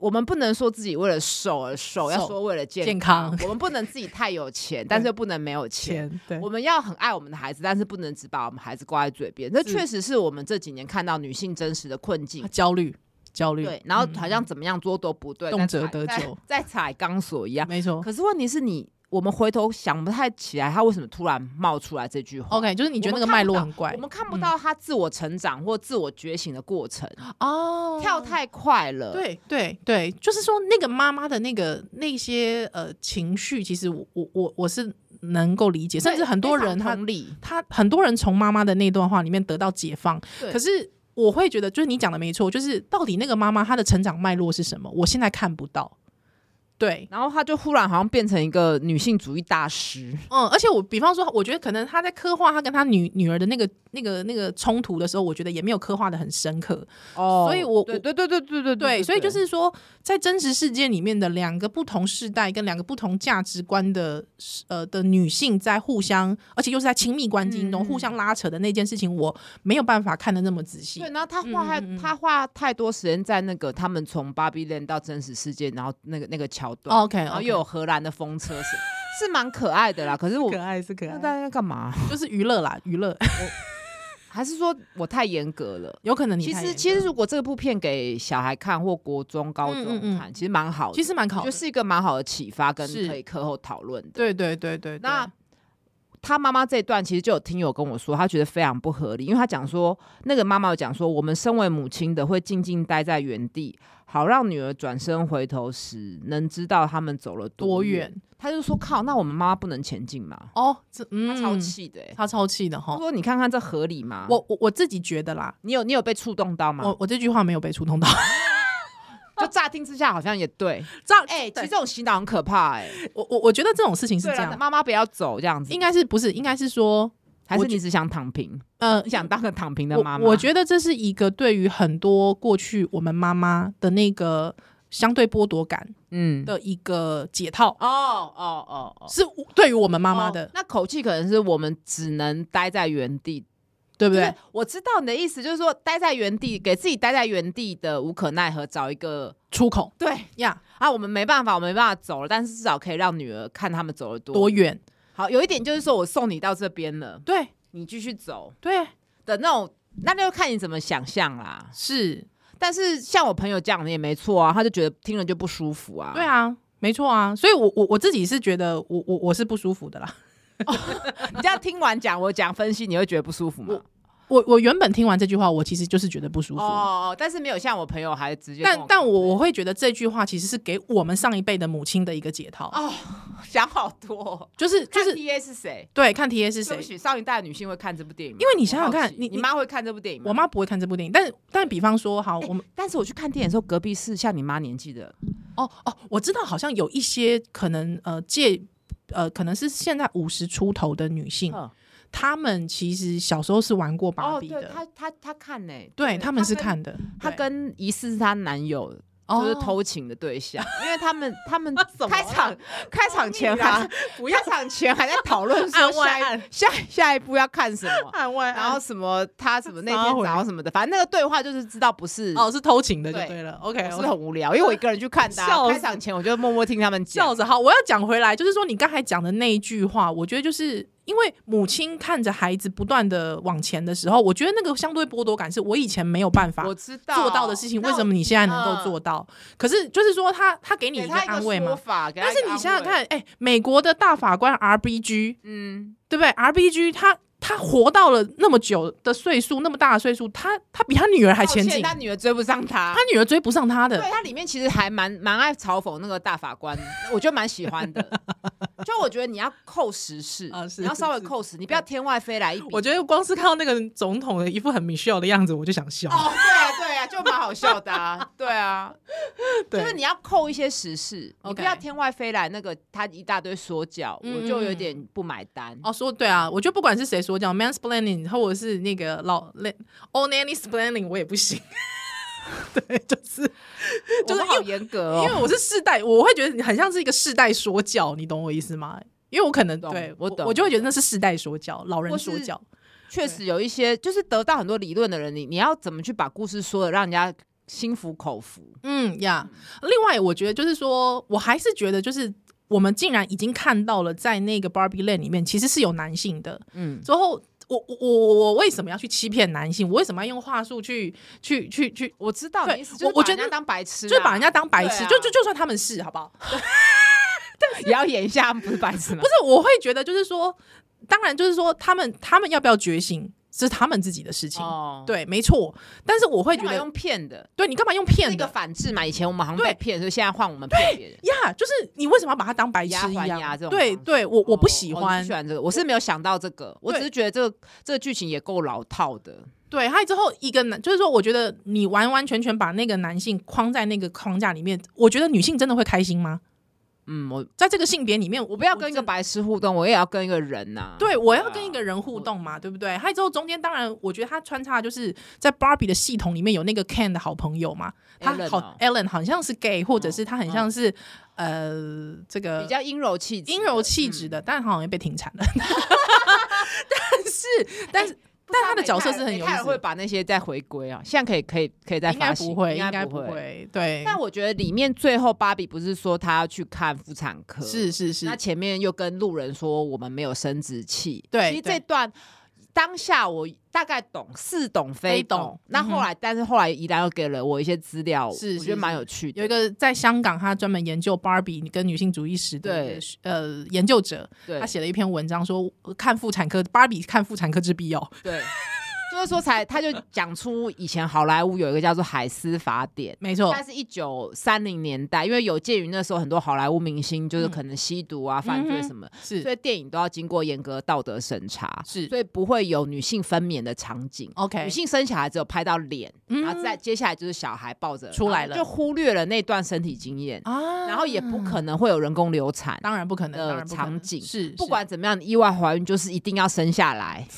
Speaker 2: 我们不能说自己为了瘦而瘦，要
Speaker 3: 瘦
Speaker 2: 说为了健
Speaker 3: 健康
Speaker 2: 我们不能自己太有钱，但是又不能没有 钱。
Speaker 3: 钱？对
Speaker 2: 我们要很爱我们的孩子，但是不能只把我们孩子挂在嘴边。这
Speaker 3: 是
Speaker 2: 确实是我们这几年看到女性真实的困境。
Speaker 3: 啊焦虑，焦虑，
Speaker 2: 对，然后好像怎么样做都不对，
Speaker 3: 嗯动
Speaker 2: 在
Speaker 3: 辄
Speaker 2: 踩
Speaker 3: 得哦
Speaker 2: 在
Speaker 3: 咎
Speaker 2: 在踩钢 索一样。
Speaker 3: 啊没错。
Speaker 2: 可是问题是你，我们回头想不太起来，他为什么突然冒出来这句话
Speaker 3: OK，就是你觉得那
Speaker 2: 我
Speaker 3: 个
Speaker 2: 们
Speaker 3: 脉
Speaker 2: 看不
Speaker 3: 络
Speaker 2: 到
Speaker 3: 很怪嗯
Speaker 2: 我们看不到他自我成长或自我觉醒的过程，
Speaker 3: 哦
Speaker 2: 跳。太快了。，
Speaker 3: 对对对，就是说那个妈妈的那个那些呃情绪，其实我我我我是能够理解，甚至很多人
Speaker 2: 非常
Speaker 3: 他
Speaker 2: 同理，
Speaker 3: 他很多人从妈妈的那段话里面得到解放，
Speaker 2: 对
Speaker 3: 可是我会觉得，就是你讲的没错，就是到底那个妈妈她的成长脉络是什么，我现在看不到。对，
Speaker 2: 然后他就忽然好像变成一个女性主义大师。
Speaker 3: 嗯，而且我比方说，我觉得可能他在刻画他跟他女女儿的那个、那个、那个冲突的时候，我觉得也没有刻画的很深刻。
Speaker 2: 哦
Speaker 3: 所以我
Speaker 2: 对对对对对对
Speaker 3: 对，所以就是说，在真实世界里面的两个不同世代跟两个不同价值观的呃的女性在互相，而且又是在亲密关系中
Speaker 2: 嗯
Speaker 3: 互相拉扯的那件事情，我没有办法看得那么仔细。
Speaker 2: 对，然后他花太、
Speaker 3: 嗯嗯嗯
Speaker 2: 他花太多时间在那个他们从芭比 land 到真实世界，然后那个那个桥段
Speaker 3: 哦 OK，
Speaker 2: 然后又有荷兰的风车是是蛮可爱的啦。可是我
Speaker 3: 爱是可
Speaker 2: 那大，家在干嘛？
Speaker 3: 就是娱乐啦，娱乐
Speaker 2: 还是说我太严格了？
Speaker 3: 有可能你
Speaker 2: 其
Speaker 3: 太
Speaker 2: 实
Speaker 3: 严
Speaker 2: 其
Speaker 3: 格
Speaker 2: 实如果这部片给小孩看或国中高中
Speaker 3: 嗯嗯嗯
Speaker 2: 看，其实蛮好的，
Speaker 3: 其实蛮
Speaker 2: 我
Speaker 3: 考
Speaker 2: 觉
Speaker 3: 的
Speaker 2: 得，是一个蛮好的启发，跟
Speaker 3: 是
Speaker 2: 可以课后讨论的。
Speaker 3: 对对对对，对
Speaker 2: 那他妈妈这一段其实就有听友跟我说，他觉得非常不合理，因为他讲说，那个妈妈有讲说，我们身为母亲的会静静待在原地，好让女儿转身回头时能知道他们走了
Speaker 3: 多
Speaker 2: 远。
Speaker 3: 远
Speaker 2: 他就说，靠，那我们妈妈不能前进吗？
Speaker 3: 哦，这
Speaker 2: 他
Speaker 3: 嗯，
Speaker 2: 超气的、欸，
Speaker 3: 他超气的
Speaker 2: 他
Speaker 3: 哈。
Speaker 2: 说，你看看这合理吗？
Speaker 3: 我我我自己觉得啦，
Speaker 2: 你有你有被触动到吗
Speaker 3: 我？我这句话没有被触动到。
Speaker 2: 就乍听之下好像也对，
Speaker 3: 这样，
Speaker 2: 哎、其
Speaker 3: 对
Speaker 2: 实这种洗脑很可怕、欸，哎，
Speaker 3: 我我我觉得这种事情是
Speaker 2: 对
Speaker 3: 这
Speaker 2: 啊，
Speaker 3: 样，
Speaker 2: 妈妈不要走这样子
Speaker 3: 应，该是不是？应该是说，
Speaker 2: 还是
Speaker 3: 我觉
Speaker 2: 你只想躺平？
Speaker 3: 呃
Speaker 2: 你，想当个躺平的妈妈？
Speaker 3: 我我觉得这是一个对于很多过去我们妈妈的那个相对剥夺感
Speaker 2: 嗯，
Speaker 3: 的一个解套，
Speaker 2: 哦哦哦哦。
Speaker 3: 是对于我们妈妈
Speaker 2: 哦
Speaker 3: 的。
Speaker 2: 那口气可能是我们只能待在原地，
Speaker 3: 对不
Speaker 2: 就
Speaker 3: 对
Speaker 2: 是？我知道你的意思，就是说待在原地，给自己待在原地的无可奈何，找一个
Speaker 3: 出口
Speaker 2: 对
Speaker 3: 呀
Speaker 2: 啊，我们没办法，我们没办法走了，但是至少可以让女儿看他们走了多
Speaker 3: 多远？
Speaker 2: 好。有一点就是说我送你到这边了，
Speaker 3: 对
Speaker 2: 你继续走
Speaker 3: 对
Speaker 2: 的那种，那就看你怎么想象啦。
Speaker 3: 是，
Speaker 2: 但是像我朋友讲的也没错啊，他就觉得听了就不舒服啊。
Speaker 3: 对啊，没错啊。所以我我我自己是觉得我我我是不舒服的啦。
Speaker 2: 你这样听完讲我讲分析，你会觉得不舒服吗？
Speaker 3: 我我原本听完这句话，我其实就是觉得不舒服。
Speaker 2: 哦，但是没有像我朋友还直接跟
Speaker 3: 但但我我会觉得这句话其实是给我们上一辈的母亲的一个解套，
Speaker 2: 哦想好多哦、
Speaker 3: 就是就
Speaker 2: 就是是 T A 是谁？
Speaker 3: 对看 T A 是
Speaker 2: 对
Speaker 3: 谁
Speaker 2: 不。起，上一代的女性会看这部电影吗，
Speaker 3: 因为你想想看
Speaker 2: 我好奇
Speaker 3: 你
Speaker 2: 你妈会看这部电影吗？
Speaker 3: 我，妈不会看这部电影，但但比方说，好，我们
Speaker 2: 但是我去看电影的时候，隔壁是像你妈年纪的，
Speaker 3: 哦哦，我知道好像有一些可能呃借呃可能是现在五十出头的女性，
Speaker 2: 嗯
Speaker 3: 她们其实小时候是玩过芭
Speaker 2: 哦，
Speaker 3: 比
Speaker 2: 对，
Speaker 3: 的，
Speaker 2: 她她她看呢、
Speaker 3: 对她们是
Speaker 2: 跟，
Speaker 3: 看的，
Speaker 2: 她
Speaker 3: 对
Speaker 2: 跟疑似是她男友。
Speaker 3: 哦
Speaker 2: 就是偷情的对象， 因为他们他们
Speaker 3: 什么啊
Speaker 2: 开场开场前
Speaker 3: 同意啦
Speaker 2: 还啊不要场前 还在讨论说
Speaker 3: 案外
Speaker 2: 下一
Speaker 3: 案
Speaker 2: 下下一步要看什 么，
Speaker 3: 案外
Speaker 2: 然后什么他什么那
Speaker 3: 撒
Speaker 2: 天
Speaker 3: 谎
Speaker 2: 早上什么的，反正那个对话就是知道不是
Speaker 3: 哦是偷情的就
Speaker 2: 对
Speaker 3: 对了，OK，
Speaker 2: 我是很无聊，因为我一个人去看 的啊、
Speaker 3: 笑死
Speaker 2: 开场前我就默默听他们
Speaker 3: 笑
Speaker 2: 讲。
Speaker 3: 着好，我要讲回来，就是说你刚才讲的那一句话，我觉得就是因为母亲看着孩子不断的往前的时候，我觉得那个相对剥夺感是我以前没有办法
Speaker 2: 我知道
Speaker 3: 做到的事情，
Speaker 2: 那
Speaker 3: 为
Speaker 2: 我
Speaker 3: 什么你现在能够
Speaker 2: 嗯
Speaker 3: 做到？可是就是说他他给你
Speaker 2: 给
Speaker 3: 一个
Speaker 2: 他一个
Speaker 3: 安慰
Speaker 2: 说
Speaker 3: 嘛。
Speaker 2: 法？给他
Speaker 3: 但
Speaker 2: 一
Speaker 3: 是
Speaker 2: 个
Speaker 3: 你
Speaker 2: 安
Speaker 3: 想想
Speaker 2: 慰，
Speaker 3: 看，哎、美国的大法官 RBG
Speaker 2: 嗯，
Speaker 3: 对不对？RBG 他他活到了那么久的岁数，那么大的岁数，他他比他女儿还前
Speaker 2: 抱歉
Speaker 3: 进，
Speaker 2: 他女儿追不上他
Speaker 3: 他。女儿追不上他
Speaker 2: 对
Speaker 3: 的。
Speaker 2: 他里面其实还蛮蛮爱嘲讽那个大法官，我觉得蛮喜欢的。就我觉得你要扣时事
Speaker 3: 啊，是
Speaker 2: 你要稍微
Speaker 3: 是
Speaker 2: 扣时，你不要天外飞来一笔。
Speaker 3: 我觉得光是看到那个总统的一副很 Michelle 的样子，我就想笑。
Speaker 2: 哦，对啊，对啊，就蛮好笑的啊，对 啊，
Speaker 3: 对
Speaker 2: 就是你要扣一些时事，你不
Speaker 3: OK
Speaker 2: 要天外飞来那个他一大堆说教，我就有
Speaker 3: 嗯
Speaker 2: 点不买单。
Speaker 3: 哦，说对啊，我觉得不管是谁说教 mansplaining，或者是那个老 old nanny splaining，我也不行。 对，就是
Speaker 2: 我
Speaker 3: 就是
Speaker 2: 们好严格
Speaker 3: 因
Speaker 2: 哦，
Speaker 3: 为我是世代，我会觉得你很像是一个世代说教，你懂我意思吗？因为我可能
Speaker 2: 懂
Speaker 3: 对
Speaker 2: 我懂
Speaker 3: 我就会觉得那是世代说教，老人
Speaker 2: 或
Speaker 3: 说
Speaker 2: 是
Speaker 3: 教。
Speaker 2: 确实有一些就是得到很多理论的人，你你要怎么去把故事说的让人家心服口服？
Speaker 3: 嗯呀另外我觉得就是说，我还是觉得就是我们竟然已经看到了，在那个 Barbie Land 里面其实是有男性的，
Speaker 2: 嗯，
Speaker 3: 之后。我我我我为什么要去欺骗男性？我为什么要用话术去去去去
Speaker 2: 我知道
Speaker 3: 对
Speaker 2: 你意思，
Speaker 3: 我
Speaker 2: 就是
Speaker 3: 我
Speaker 2: 把
Speaker 3: 觉
Speaker 2: 人家
Speaker 3: 得
Speaker 2: 当白痴啊，
Speaker 3: 就是把 人家当白痴，
Speaker 2: 对啊
Speaker 3: 就就就算他们是好不好？
Speaker 2: 也要演一下，他们不是白痴吗
Speaker 3: 不？是，我会觉得就是说，当然就是说，他们他们要不要觉醒是他们自己的事情，
Speaker 2: 哦，
Speaker 3: 对，没错。但是我会
Speaker 2: 干
Speaker 3: 觉
Speaker 2: 嘛
Speaker 3: 得，
Speaker 2: 用骗的，
Speaker 3: 对你干嘛用
Speaker 2: 是
Speaker 3: 骗
Speaker 2: 一个
Speaker 3: 的
Speaker 2: 反制嘛。以前我们好像
Speaker 3: 对
Speaker 2: 被骗，所以现在换我们骗别人。
Speaker 3: 呀就是你为什么要把他当白痴一
Speaker 2: 以牙还牙
Speaker 3: 样
Speaker 2: 这？种
Speaker 3: 对，
Speaker 2: 方
Speaker 3: 对我我不
Speaker 2: 哦
Speaker 3: 喜
Speaker 2: 哦你
Speaker 3: 欢
Speaker 2: 不喜。欢这个，我是没有想到这个，我
Speaker 3: 对
Speaker 2: 只是觉得这个这个剧情也够老套的。
Speaker 3: 对，还有之后一个男，就是说，我觉得你完完全全把那个男性框在那个框架里面，我觉得女性真的会开心吗？
Speaker 2: 嗯，我
Speaker 3: 在这个性别里面，
Speaker 2: 我不要跟一个
Speaker 3: 真
Speaker 2: 白痴互动，我也要跟一个人呐、，
Speaker 3: 对，我要
Speaker 2: 对啊
Speaker 3: 跟一个人互
Speaker 2: 我
Speaker 3: 动嘛，对不对？还有之后中间，当然，我觉得他穿插就是在 Barbie 的系统里面有那个 Ken 的好朋友嘛，他
Speaker 2: Alan
Speaker 3: 好
Speaker 2: 哦嗯
Speaker 3: Ellen 好像是 gay，或者是他很像是、呃这个
Speaker 2: 比较阴柔气质的，
Speaker 3: 阴柔气质
Speaker 2: 嗯。
Speaker 3: 的，但好像也被停产了。但是，但是。
Speaker 2: 不知
Speaker 3: 但
Speaker 2: 道
Speaker 3: 他的角色是很
Speaker 2: 美
Speaker 3: 有
Speaker 2: 泰
Speaker 3: 意
Speaker 2: 美泰尔
Speaker 3: 思
Speaker 2: 会
Speaker 3: 的，
Speaker 2: 把那些再回归啊，现在可以可以可以再
Speaker 3: 应该
Speaker 2: 发行，
Speaker 3: 不会，
Speaker 2: 应
Speaker 3: 应
Speaker 2: 该
Speaker 3: 该不
Speaker 2: 会。
Speaker 3: 会，对。
Speaker 2: 但我觉得里面最后芭比不是说她要去看妇产科，
Speaker 3: 是是是
Speaker 2: 那，前面又跟路人说我们没有生殖器，
Speaker 3: 对
Speaker 2: 其实
Speaker 3: 对
Speaker 2: 这段当下我大概懂，似懂
Speaker 3: 非
Speaker 2: 非
Speaker 3: 懂
Speaker 2: 懂。那
Speaker 3: 嗯哼
Speaker 2: 后来，但是后来宜兰又给了我一些资料，
Speaker 3: 是
Speaker 2: 我
Speaker 3: 是
Speaker 2: 觉得蛮
Speaker 3: 是
Speaker 2: 有趣的。
Speaker 3: 有一个在香港，他专门研究 Barbie 跟女性主义史的
Speaker 2: 对
Speaker 3: 呃研究者，
Speaker 2: 对
Speaker 3: 他写了一篇文章说，呃看妇产科，芭比看妇产科之必要。
Speaker 2: 对， 就是说才他就讲出以前好莱坞有一个叫做海斯法典。
Speaker 3: 没错
Speaker 2: 它，是一九三零年代，因为有鉴于那时候很多好莱坞明星就是
Speaker 3: 嗯
Speaker 2: 可能吸毒啊、犯罪什么，所
Speaker 3: 是
Speaker 2: 以电影都要经过严格道德审查，
Speaker 3: 是
Speaker 2: 所以不会有女性分娩的场景。
Speaker 3: OK，
Speaker 2: 女性啊生小孩只有拍到脸，
Speaker 3: 嗯
Speaker 2: 然后再接下来就是小孩抱着
Speaker 3: 出来了
Speaker 2: 然后就忽略了那段身体经验，
Speaker 3: 啊
Speaker 2: 然后也不可能会有人工流产。
Speaker 3: 当然不可能，
Speaker 2: 的
Speaker 3: 当然不可能
Speaker 2: 场景
Speaker 3: 是
Speaker 2: 不管怎么样，你意外怀孕就是一定要生下来。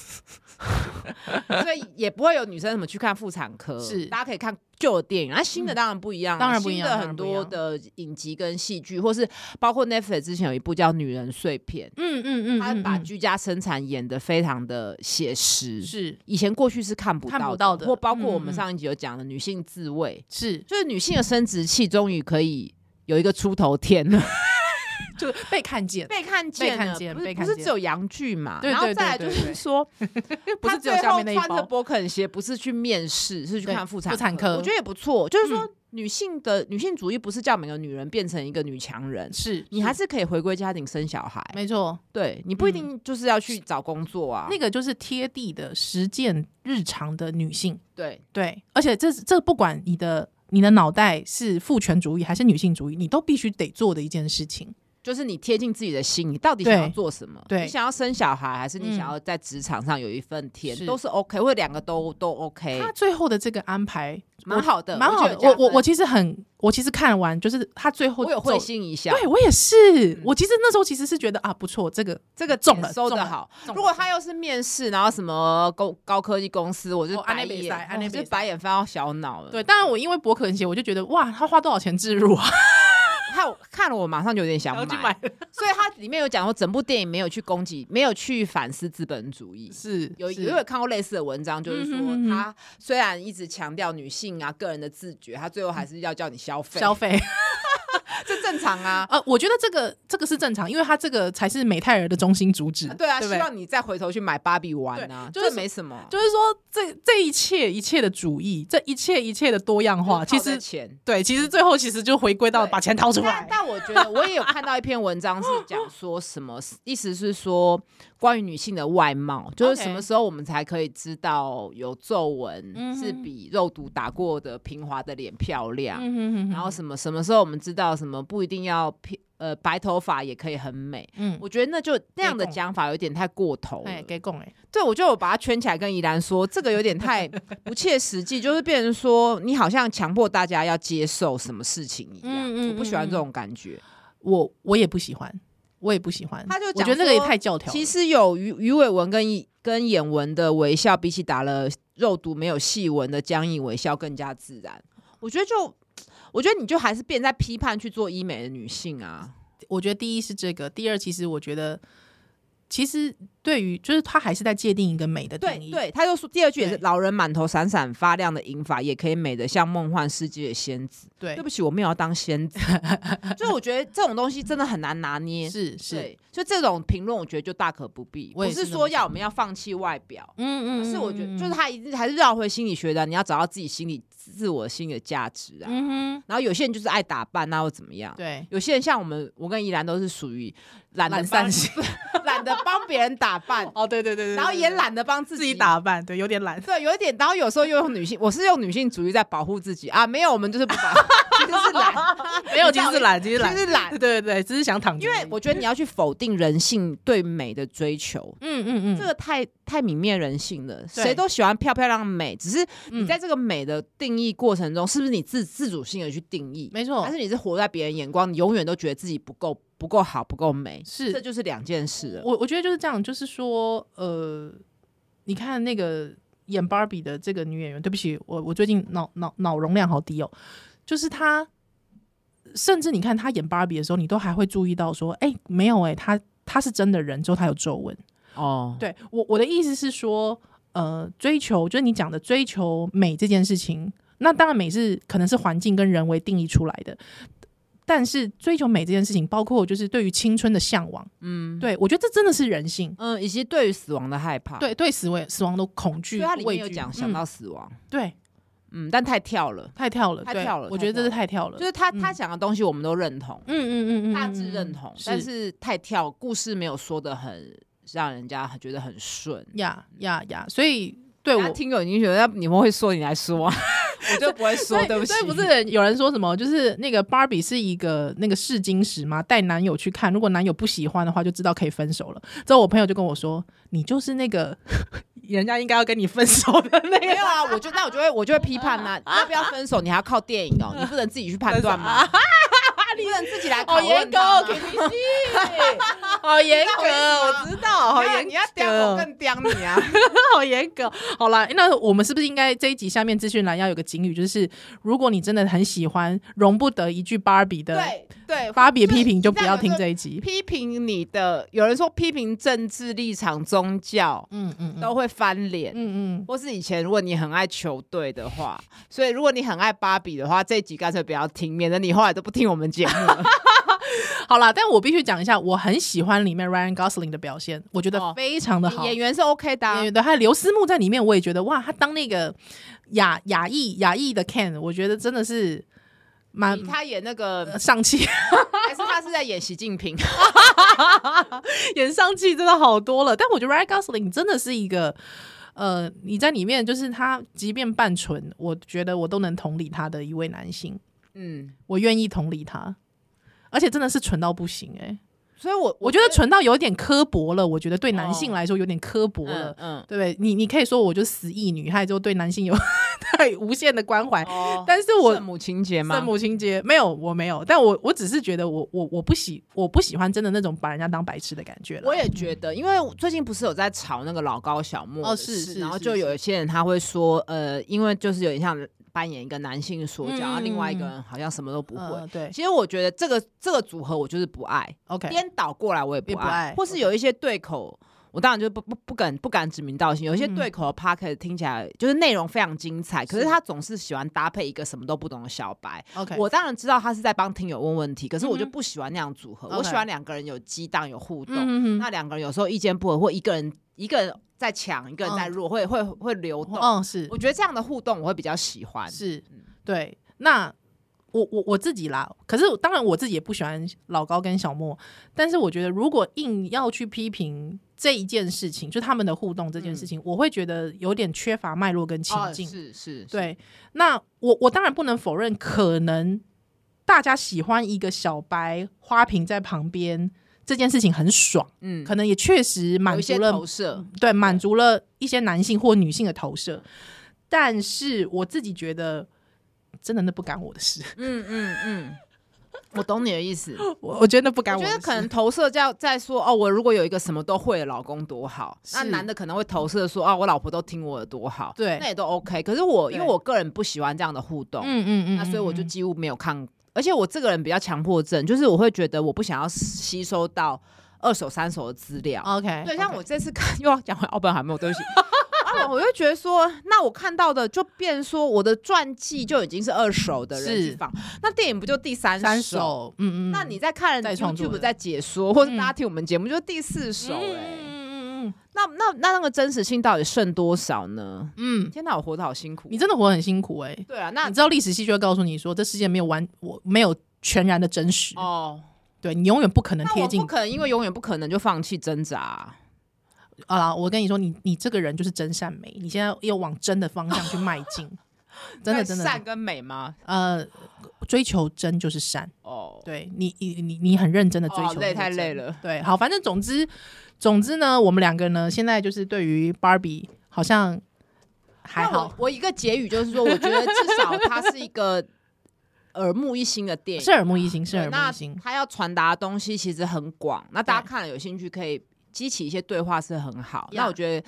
Speaker 2: 所以也不会有女生什么去看妇产科，
Speaker 3: 是嗯
Speaker 2: 大家可以看旧的电影，那新的当然不一样啊、
Speaker 3: 当然不一样
Speaker 2: 新
Speaker 3: 当
Speaker 2: 的
Speaker 3: 然
Speaker 2: 很
Speaker 3: 不一
Speaker 2: 多
Speaker 3: 样
Speaker 2: 的影集跟戏剧，或是包括 Netflix 之前有一部叫《女人碎片》，
Speaker 3: 嗯嗯嗯，
Speaker 2: 他
Speaker 3: 嗯
Speaker 2: 把
Speaker 3: 嗯
Speaker 2: 居家生产演得非常的写实，
Speaker 3: 是
Speaker 2: 以前过去是看不到
Speaker 3: 看不到的
Speaker 2: 或包括我们
Speaker 3: 嗯嗯
Speaker 2: 上一集有讲的女性自慰，
Speaker 3: 是，
Speaker 2: 就是女性的生殖器终于可以有一个出头天了，
Speaker 3: 就被看见，
Speaker 2: 被看见了，
Speaker 3: 被看见
Speaker 2: 不是
Speaker 3: 被
Speaker 2: 不
Speaker 3: 看
Speaker 2: 是
Speaker 3: 见
Speaker 2: 只有洋剧嘛，
Speaker 3: 对
Speaker 2: 然后
Speaker 3: 对
Speaker 2: 再来
Speaker 3: 对
Speaker 2: 就
Speaker 3: 对
Speaker 2: 是
Speaker 3: 对
Speaker 2: 说，
Speaker 3: 不
Speaker 2: 他
Speaker 3: 是只有
Speaker 2: 最
Speaker 3: 下
Speaker 2: 后
Speaker 3: 面那一
Speaker 2: 穿着
Speaker 3: 包。
Speaker 2: 勃肯鞋，不是去面试，是去
Speaker 3: 对
Speaker 2: 看妇产
Speaker 3: 妇产科嗯
Speaker 2: 我觉得也不错，就是说女性的女性主义不是叫每个女人变成一个女强人。
Speaker 3: 是
Speaker 2: 你还是可以回归家庭生小孩，
Speaker 3: 没错，
Speaker 2: 对你不一定就是要去找工作啊。
Speaker 3: 嗯那个就是贴地的实践日常的女性。
Speaker 2: 对
Speaker 3: 对，而且这这不管你的你的脑袋是父权主义还是女性主义，你都必须得做的一件事情。
Speaker 2: 就是你贴近自己的心，你到底想要
Speaker 3: 对
Speaker 2: 做什么？
Speaker 3: 对
Speaker 2: 你想要生小孩，还是你
Speaker 3: 嗯
Speaker 2: 想要在职场上有一份天，
Speaker 3: 是
Speaker 2: 都是 OK，或者两个都都 OK，
Speaker 3: 他最后的这个安排
Speaker 2: 蛮好的，
Speaker 3: 蛮好
Speaker 2: 的
Speaker 3: 的。。我我我其实很，我其实看完就是他最后
Speaker 2: 我有
Speaker 3: 走
Speaker 2: 会，心一笑，
Speaker 3: 对我也是。我其实那时候其实是觉得啊，不错，这个
Speaker 2: 这个
Speaker 3: 中
Speaker 2: 点
Speaker 3: 了
Speaker 2: 收
Speaker 3: 中
Speaker 2: 的
Speaker 3: 了
Speaker 2: 好。
Speaker 3: 中
Speaker 2: 如果
Speaker 3: 了
Speaker 2: 他又是面试，然后什么高高科技公司，我就
Speaker 3: 哦安
Speaker 2: 白
Speaker 3: 内比
Speaker 2: 眼，
Speaker 3: 赛安
Speaker 2: 我
Speaker 3: 内
Speaker 2: 就
Speaker 3: 比赛
Speaker 2: 白眼翻到小脑了。
Speaker 3: 对，，当然我因为博肯鞋，我就觉得哇，他花多少钱置入啊，
Speaker 2: 看我看了我马上就有点想
Speaker 3: 然后去
Speaker 2: 买，
Speaker 3: 买
Speaker 2: 所以它里面有讲说，整部电影没有去攻击，没有去反思资本主义。
Speaker 3: 是
Speaker 2: 有
Speaker 3: 是
Speaker 2: 有有看过类似的文章，就是说
Speaker 3: 嗯哼哼哼
Speaker 2: 他虽然一直强调女性啊个人的自觉，他最后还是要叫你消费，
Speaker 3: 消费。
Speaker 2: 这正常 啊。
Speaker 3: 呃，我觉得这个这个是正常，因为他这个才是美泰尔的中心主旨。
Speaker 2: 对啊，
Speaker 3: 对
Speaker 2: 希
Speaker 3: 不对
Speaker 2: 望你再回头去买芭比玩啊，
Speaker 3: 对就是
Speaker 2: 这没什么，
Speaker 3: 就是说，这这一切一切的主义，这一切一切的多样化，
Speaker 2: 就
Speaker 3: 其
Speaker 2: 是靠着
Speaker 3: 实
Speaker 2: 钱。
Speaker 3: 对，其实最后其实就回归到
Speaker 2: 嗯对
Speaker 3: 把钱掏出
Speaker 2: 但
Speaker 3: 来。
Speaker 2: 但我觉得我也有看到一篇文章是 讲说什么，意思是说关于女性的外貌，就是什么
Speaker 3: OK
Speaker 2: 时候我们才可以知道有皱纹
Speaker 3: 嗯哼
Speaker 2: 是比肉毒打过的平滑的脸漂亮，
Speaker 3: 嗯哼哼
Speaker 2: 然后什么什么时候我们知道什么不一定要偏呃白头发也可以很美。
Speaker 3: 嗯，
Speaker 2: 我觉得那就那样的
Speaker 3: 给拱
Speaker 2: 讲法有点太过头了
Speaker 3: 哎，，给供哎，
Speaker 2: 对我就有把它圈起来跟怡兰说，这个有点 太不切实际，就是变成说你好像强迫大家要接受什么事情一样，
Speaker 3: 嗯嗯
Speaker 2: 我不喜欢这种感觉。
Speaker 3: 我我也不喜欢，我也不喜欢。
Speaker 2: 他就
Speaker 3: 我
Speaker 2: 讲
Speaker 3: 觉得那个也
Speaker 2: 说
Speaker 3: 太教条了。
Speaker 2: 其实有鱼鱼尾纹跟一跟眼纹的微笑，比起打了肉毒没有细纹的僵硬微笑更加自然。我觉得就，我觉得你就还是变在批判去做医美的女性啊。
Speaker 3: 我觉得第一是这个，第二其实我觉得，其实对于就是他还是在界定一个美的
Speaker 2: 对
Speaker 3: 定义。
Speaker 2: 对，他又说第二句也是
Speaker 3: 对
Speaker 2: 老人满头闪闪发亮的银发，也可以美得像梦幻世界的仙子。
Speaker 3: 对
Speaker 2: 对不起，我没有要当 仙子，就是我觉得这种东西真的很难拿捏。
Speaker 3: 是是，
Speaker 2: 对，就这种评论，我觉得就大可不必。
Speaker 3: 我
Speaker 2: 不
Speaker 3: 也是
Speaker 2: 是
Speaker 3: 这么
Speaker 2: 说要我们要放弃外表，
Speaker 3: 嗯
Speaker 2: 可是我觉得，就是他一定还是绕回心理学的，你要找到自己心理自我心理的价值啊。
Speaker 3: 嗯哼，
Speaker 2: 然后有些人就是爱打扮，那又怎么样？
Speaker 3: 对，
Speaker 2: 有些人像我们，我跟依兰都是属于懒得
Speaker 3: 懒
Speaker 2: 帮
Speaker 3: 散型，
Speaker 2: 懒得帮别人打扮，
Speaker 3: 哦对对对对
Speaker 2: 然后也懒得帮自
Speaker 3: 自己。打扮，对，有点懒。
Speaker 2: 对，有一点，然后有时候又用女性，我是用女性主义在保护自己啊。没有，我们就是不把，其实是 懒，
Speaker 3: 没 有，其实是懒，其实
Speaker 2: 其
Speaker 3: 懒
Speaker 2: 实，是懒
Speaker 3: 对。对对，只是想躺着
Speaker 2: 因
Speaker 3: 而已。
Speaker 2: 为我觉得你要去否定人性对美的追求，
Speaker 3: 嗯嗯嗯，
Speaker 2: 这个太太泯灭人性了。
Speaker 3: 对
Speaker 2: 谁都喜欢漂漂亮美，只是你
Speaker 3: 嗯
Speaker 2: 在这个美的定义过程中，是不是你自自主性的去定义？
Speaker 3: 没错
Speaker 2: 还是你是活在别人眼光，你永远都觉得自己不够不够好，不够美？
Speaker 3: 是
Speaker 2: 这就是两件事了。
Speaker 3: 我我觉得就是这样，就是说，呃，你看那个演芭比的这个女演员，对不起，我我最近脑脑脑容量好低哦，就是她，甚至你看她演芭比的时候，你都还会注意到说，哎、没有哎、她她是真的人，之后她有皱纹。
Speaker 2: 哦，
Speaker 3: 对我我的意思是说，呃，追求就是你讲的追求美这件事情，那当然美是可能是环境跟人为定义出来的。但是追求美这件事情，包括就是对于青春的向往，
Speaker 2: 嗯，
Speaker 3: 对我觉得这真的是人性。
Speaker 2: 嗯，以及对于死亡的害怕。，
Speaker 3: 对对死亡死亡的恐惧
Speaker 2: 所以它里面
Speaker 3: 畏
Speaker 2: 有
Speaker 3: 惧，
Speaker 2: 讲想
Speaker 3: 嗯
Speaker 2: 到死亡，
Speaker 3: 对
Speaker 2: 嗯，但太跳了。
Speaker 3: 太跳了，
Speaker 2: 太
Speaker 3: 对
Speaker 2: 跳了
Speaker 3: 我
Speaker 2: 太
Speaker 3: 觉得这
Speaker 2: 跳
Speaker 3: 是太跳了，
Speaker 2: 就是他他
Speaker 3: 嗯
Speaker 2: 讲的东西我们都认同，
Speaker 3: 嗯嗯嗯嗯，
Speaker 2: 大
Speaker 3: 嗯
Speaker 2: 致
Speaker 3: 嗯
Speaker 2: 认
Speaker 3: 嗯
Speaker 2: 同，
Speaker 3: 是
Speaker 2: 但是太跳，故事没有说的很让人家觉得很顺。
Speaker 3: 呀呀呀，所以对
Speaker 2: 人
Speaker 3: 我
Speaker 2: 家听友已经觉得，那你们会说你来 说、啊，我就不会 说，对不起
Speaker 3: 所。以不是有人说什么，就是那个芭比是一个那个试金石嘛，带男友去看，如果男友不喜欢的话，就知道可以分手了。之后我朋友就跟我说，你就是那个 人家应该要跟你分手的那
Speaker 2: 没
Speaker 3: 个。
Speaker 2: 有啊，我就那我就会我就会批判 呐、要不要分手？你还要靠电影 哦，你不能 自己去判断吗？你不能自己来拷 啊
Speaker 3: 好严
Speaker 2: 问
Speaker 3: 格
Speaker 2: 他
Speaker 3: 哦，
Speaker 2: 吗
Speaker 3: 肯定是。 好严格，哦
Speaker 2: 我知道，好
Speaker 3: 你要
Speaker 2: 严，你要刁我更刁你啊！
Speaker 3: 好严格。哦好啦，那我们是不是应该这一集下面资讯栏要有个警语，就是如果你真的很喜欢，容不得一句芭比的
Speaker 2: 对对，
Speaker 3: 芭比的批评，
Speaker 2: 对
Speaker 3: 就不要
Speaker 2: 你知
Speaker 3: 听
Speaker 2: 道有时候
Speaker 3: 这一集。
Speaker 2: 批评你的，有人说批评政治立场、宗教
Speaker 3: 嗯嗯嗯
Speaker 2: 都会翻脸。
Speaker 3: 嗯嗯，
Speaker 2: 或是以前，如果你很爱球队的话，所以如果你很爱芭比的话，这一集干脆不要听，免得你后来都不听我们节目 了。
Speaker 3: 好啦，但我必须讲一下，我很喜欢里面 Ryan Gosling 的表现，我觉得
Speaker 2: 哦
Speaker 3: 非常的好。
Speaker 2: 演员是 OK 的啊、
Speaker 3: 演员的，还有刘思慕在里面，我也觉得哇，他当那个亚亚裔亚裔的 Ken，我觉得真的是蛮
Speaker 2: 比他演那个，
Speaker 3: 呃上气，
Speaker 2: 还是他是在演习近平？
Speaker 3: 演上气真的好多了。但我觉得 Ryan Gosling 真的是一个，呃，你在里面就是他，即便扮蠢，我觉得我都能同理他的一位男性，
Speaker 2: 嗯，
Speaker 3: 我愿意同理他，而且真的是蠢到不行哎、
Speaker 2: 所以我
Speaker 3: 我觉得蠢到有点刻薄了，我觉得对男性
Speaker 2: 哦
Speaker 3: 来说有点刻薄
Speaker 2: 我
Speaker 3: 了。
Speaker 2: 嗯，
Speaker 3: 对不对？你你可以说我就死意女，害，就对男性有 太无限的关怀，
Speaker 2: 哦
Speaker 3: 哎但是我
Speaker 2: 圣母情节吗？
Speaker 3: 圣母情节没有，我没有，但我我只是觉得我我我不喜我不喜欢真的那种把人家当白痴的感觉了。
Speaker 2: 我也觉得，因为最近不是有在炒那个老高小莫的
Speaker 3: 哦
Speaker 2: 事
Speaker 3: 是是
Speaker 2: 然后
Speaker 3: 是
Speaker 2: 就是有一些人他会说，呃，因为就是有点像扮演一个男性说
Speaker 3: 嗯
Speaker 2: 教，然后另外一个
Speaker 3: 嗯嗯
Speaker 2: 人好像什么都不会。
Speaker 3: 呃对
Speaker 2: 其实我觉得这个这个组合我就是不爱，
Speaker 3: ，OK，
Speaker 2: 颠倒过来我也不
Speaker 3: 也
Speaker 2: 爱，
Speaker 3: 不爱
Speaker 2: 或是有一些对口。我当然就不不不敢不敢指名道姓，有一些
Speaker 3: 嗯
Speaker 2: 对口的 p o c k e t 听起来就是内容非常精彩，可是
Speaker 3: 是
Speaker 2: 他总是喜欢搭配一个什么都不懂的小白，
Speaker 3: OK，
Speaker 2: 我当然知道他是在帮听友问问题，可是我就
Speaker 3: 嗯哼
Speaker 2: 不喜欢那样组合。
Speaker 3: OK
Speaker 2: 我喜欢两个人有激荡、有互动。
Speaker 3: 嗯
Speaker 2: 那两个人有时候意见不合，或一个人一个人在强，一个人在弱，会会会流动。
Speaker 3: 嗯是
Speaker 2: 我觉得这样的互动我会比较喜欢。嗯
Speaker 3: 是，对，那。我我我自己啦，可是当然我自己也不喜欢老高跟小莫，但是我觉得如果硬要去批评这一件事情，就他们的互动这件事情，我会觉得有点缺乏脉络跟情
Speaker 2: 嗯哦
Speaker 3: 境。
Speaker 2: 是是，是，
Speaker 3: 对，那我我当然不能否认，可能大家喜欢一个小白花瓶在旁边这件事情很爽，
Speaker 2: 嗯，
Speaker 3: 可能也确实满
Speaker 2: 有一
Speaker 3: 足
Speaker 2: 些
Speaker 3: 了
Speaker 2: 投射。
Speaker 3: 对满足了一些男性或女性的投射，但是我自己觉得。真的那不干我的事，
Speaker 2: 嗯嗯嗯，我懂你的意 思。
Speaker 3: 我我觉得那不干
Speaker 2: 我
Speaker 3: 我
Speaker 2: 觉
Speaker 3: 的事。
Speaker 2: 得可能投射叫在说哦，我如果有一个什么都会的老公多好。那
Speaker 3: 是
Speaker 2: 男的可能会投射说啊，我老婆都听我的多好。
Speaker 3: 对
Speaker 2: 那也都 OK。可是我因为
Speaker 3: 对
Speaker 2: 我个人不喜欢这样的互动。
Speaker 3: 嗯嗯嗯，
Speaker 2: 那所以我就
Speaker 3: 嗯
Speaker 2: 几乎没有看，而且我这个人比较强迫症，就是我会觉得我不想要吸收到二手、三手的资料。
Speaker 3: 嗯 OK，
Speaker 2: 哦对，像
Speaker 3: OK
Speaker 2: 我这次看， 又要讲回奥本海默，对不起。奥本我就觉得说，那我看到的就变说，我的传记就已经是二手的人
Speaker 3: 是
Speaker 2: 去放，那电影不就第三
Speaker 3: 三手，嗯嗯，
Speaker 2: 那你在看
Speaker 3: 再创作
Speaker 2: YouTube
Speaker 3: 的
Speaker 2: 在解说，或者
Speaker 3: 嗯
Speaker 2: 大家听我们节目，就是第四手
Speaker 3: 嗯
Speaker 2: 哎、
Speaker 3: 嗯嗯嗯
Speaker 2: 那那那那个真实性到底剩多少呢？
Speaker 3: 嗯，嗯
Speaker 2: 天哪，我活得好辛苦。啊
Speaker 3: 你真的活得很辛苦哎。
Speaker 2: 对啊，那
Speaker 3: 你知道历史系就会告诉你说，这世界没有完，我没有全然的真实，
Speaker 2: 哦，
Speaker 3: 对你永远不可能
Speaker 2: 那
Speaker 3: 贴
Speaker 2: 我不
Speaker 3: 近
Speaker 2: 可能，因为永远不可能就放弃挣扎啊、
Speaker 3: 啊！我跟你说，你你这个人就是真善美，你现在要往真的方向去迈 进， 真的真
Speaker 2: 所以
Speaker 3: 的，
Speaker 2: 善跟美吗？
Speaker 3: 呃，追求真就是善，
Speaker 2: 哦，
Speaker 3: 对你你你你很认真的追
Speaker 2: 哦
Speaker 3: 求，
Speaker 2: 累太累。了。
Speaker 3: 对，好，反正总之总之呢，我们两个呢，现在就是对于 Barbie 好像 还
Speaker 2: 那我
Speaker 3: 好，
Speaker 2: 我一个结语就是说，我觉得至少它是一个 耳目一新的电影，
Speaker 3: 是耳目一新，是耳
Speaker 2: 对
Speaker 3: 目
Speaker 2: 那
Speaker 3: 一新，
Speaker 2: 它要传达的东西其实很广，那大家
Speaker 3: 对
Speaker 2: 看了有兴趣可以激起一些对话是很好。
Speaker 3: 呀
Speaker 2: 那我觉得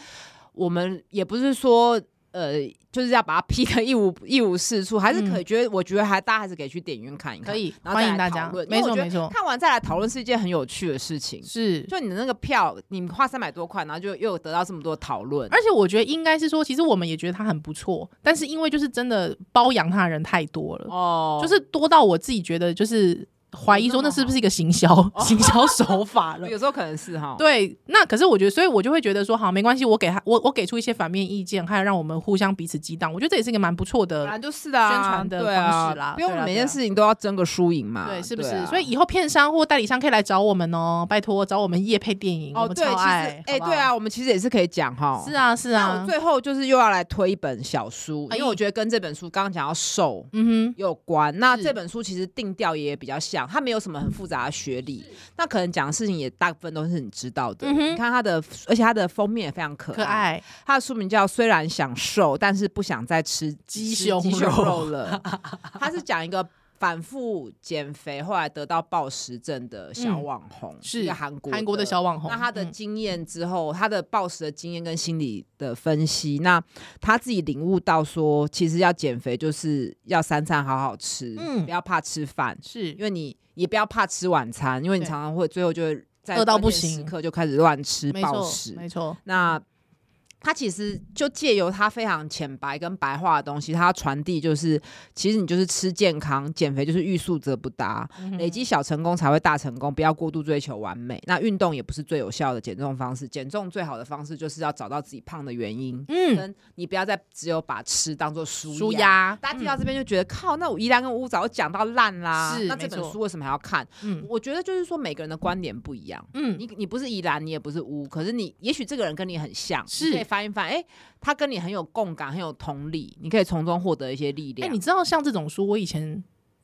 Speaker 2: 我们也不是说。呃，就是要把它 批的一无一无是处，还是可以觉得，我觉得还大家还是可以去电影院看一看，
Speaker 3: 嗯可以哦
Speaker 2: 然后
Speaker 3: 欢
Speaker 2: 再
Speaker 3: 迎
Speaker 2: 来
Speaker 3: 大家
Speaker 2: 讨论因为
Speaker 3: 没错
Speaker 2: 我觉得
Speaker 3: 没错
Speaker 2: 看完再来讨论是一件很有趣的事情。
Speaker 3: 是
Speaker 2: 就你的那个票，你花三百多块，然后就又有得到这么多讨论。
Speaker 3: 而且我觉得应该是说，其实我们也觉得他很不错，但是因为就是真的包养他的人太多了，
Speaker 2: 哦
Speaker 3: 就是多到我自己觉得就是怀疑说那是不是一个行销、
Speaker 2: 哦
Speaker 3: 行销手法了。
Speaker 2: 有时候可能是哈，
Speaker 3: 对，那可是我觉得，所以我就会觉得说，好，没关系，我给他，我我给出一些反面意见，还有让我们互相彼此激荡，我觉得这也是一个蛮不错
Speaker 2: 本
Speaker 3: 的，
Speaker 2: 来就是的啊
Speaker 3: 宣传的
Speaker 2: 对啊
Speaker 3: 方式啦
Speaker 2: 因为我
Speaker 3: 对
Speaker 2: 们
Speaker 3: 啊
Speaker 2: 每
Speaker 3: 对
Speaker 2: 件
Speaker 3: 啊
Speaker 2: 事情都要争个输赢嘛，
Speaker 3: 对，是不是？
Speaker 2: 啊
Speaker 3: 所以以后片商或代理商可以来找我们哦，拜托找我们业配电影，我
Speaker 2: 哦，
Speaker 3: 们
Speaker 2: 对，
Speaker 3: 超
Speaker 2: 其实
Speaker 3: 爱
Speaker 2: 哎，，
Speaker 3: 好不好
Speaker 2: 对，啊，我们其实也是可以讲哈，
Speaker 3: 是。啊，是
Speaker 2: 那
Speaker 3: 啊
Speaker 2: 我，最后就是又要来推一本小书，
Speaker 3: 哎
Speaker 2: 因为我觉得跟这本书刚刚讲到瘦
Speaker 3: 嗯
Speaker 2: 有关。那
Speaker 3: 是
Speaker 2: 这本书其实定调也比较像，它没有什么很复杂的学理，那可能讲的事情也大部分都是你知道的。
Speaker 3: 嗯哼
Speaker 2: 你看它的，而且它的封面也非常可
Speaker 3: 哼，可爱，
Speaker 2: 他的书名叫《虽然想瘦，但是不想再吃
Speaker 3: 鸡
Speaker 2: 吃
Speaker 3: 胸
Speaker 2: 鸡胸
Speaker 3: 肉
Speaker 2: 肉了》。他是讲一个反复减肥，后来得到暴食症的小网红，
Speaker 3: 嗯是
Speaker 2: 一个韩国
Speaker 3: 韩国的小网红，
Speaker 2: 那他的
Speaker 3: 嗯
Speaker 2: 经验之后，他的暴食的经验跟心理的分析，那他自己领悟到说，其实要减肥就是要三餐好好吃，
Speaker 3: 嗯
Speaker 2: 不要怕吃饭，因
Speaker 3: 是
Speaker 2: 为你也不要怕吃晚餐，因为你
Speaker 3: 对
Speaker 2: 常常会最后就会在
Speaker 3: 饿到
Speaker 2: 关键
Speaker 3: 不行
Speaker 2: 时刻就开始乱吃
Speaker 3: 没
Speaker 2: 暴
Speaker 3: 错
Speaker 2: 食，
Speaker 3: 没错，
Speaker 2: 那他其实就借由他非常浅白跟白话的东西，他传递就是，其实你就是吃健康，减肥就是欲速则不达，
Speaker 3: 嗯
Speaker 2: 累积小成功才会大成功，不要过度追求完美。那运动也不是最有效的减重方式，减重最好的方式就是要找到自己胖的原因，
Speaker 3: 嗯，
Speaker 2: 跟你不要再只有把吃当做舒
Speaker 3: 舒
Speaker 2: 压。
Speaker 3: 压，
Speaker 2: 大家听到这边就觉得、靠，那我依然跟乌早讲到烂啦，
Speaker 3: 是
Speaker 2: 那这
Speaker 3: 没
Speaker 2: 本
Speaker 3: 错
Speaker 2: 书为什么还要看？
Speaker 3: 嗯
Speaker 2: 我觉得就是说每个人的观点不一样。
Speaker 3: 嗯
Speaker 2: 你你不是宜兰，你也不是乌，可是你也许这个人跟你很像，你
Speaker 3: 是
Speaker 2: 可以翻一翻，哎、他跟你很有共感，很有同理，你可以从中获得一些力
Speaker 3: 嗯，哎，
Speaker 2: 量。
Speaker 3: 你知道像这种书，我以前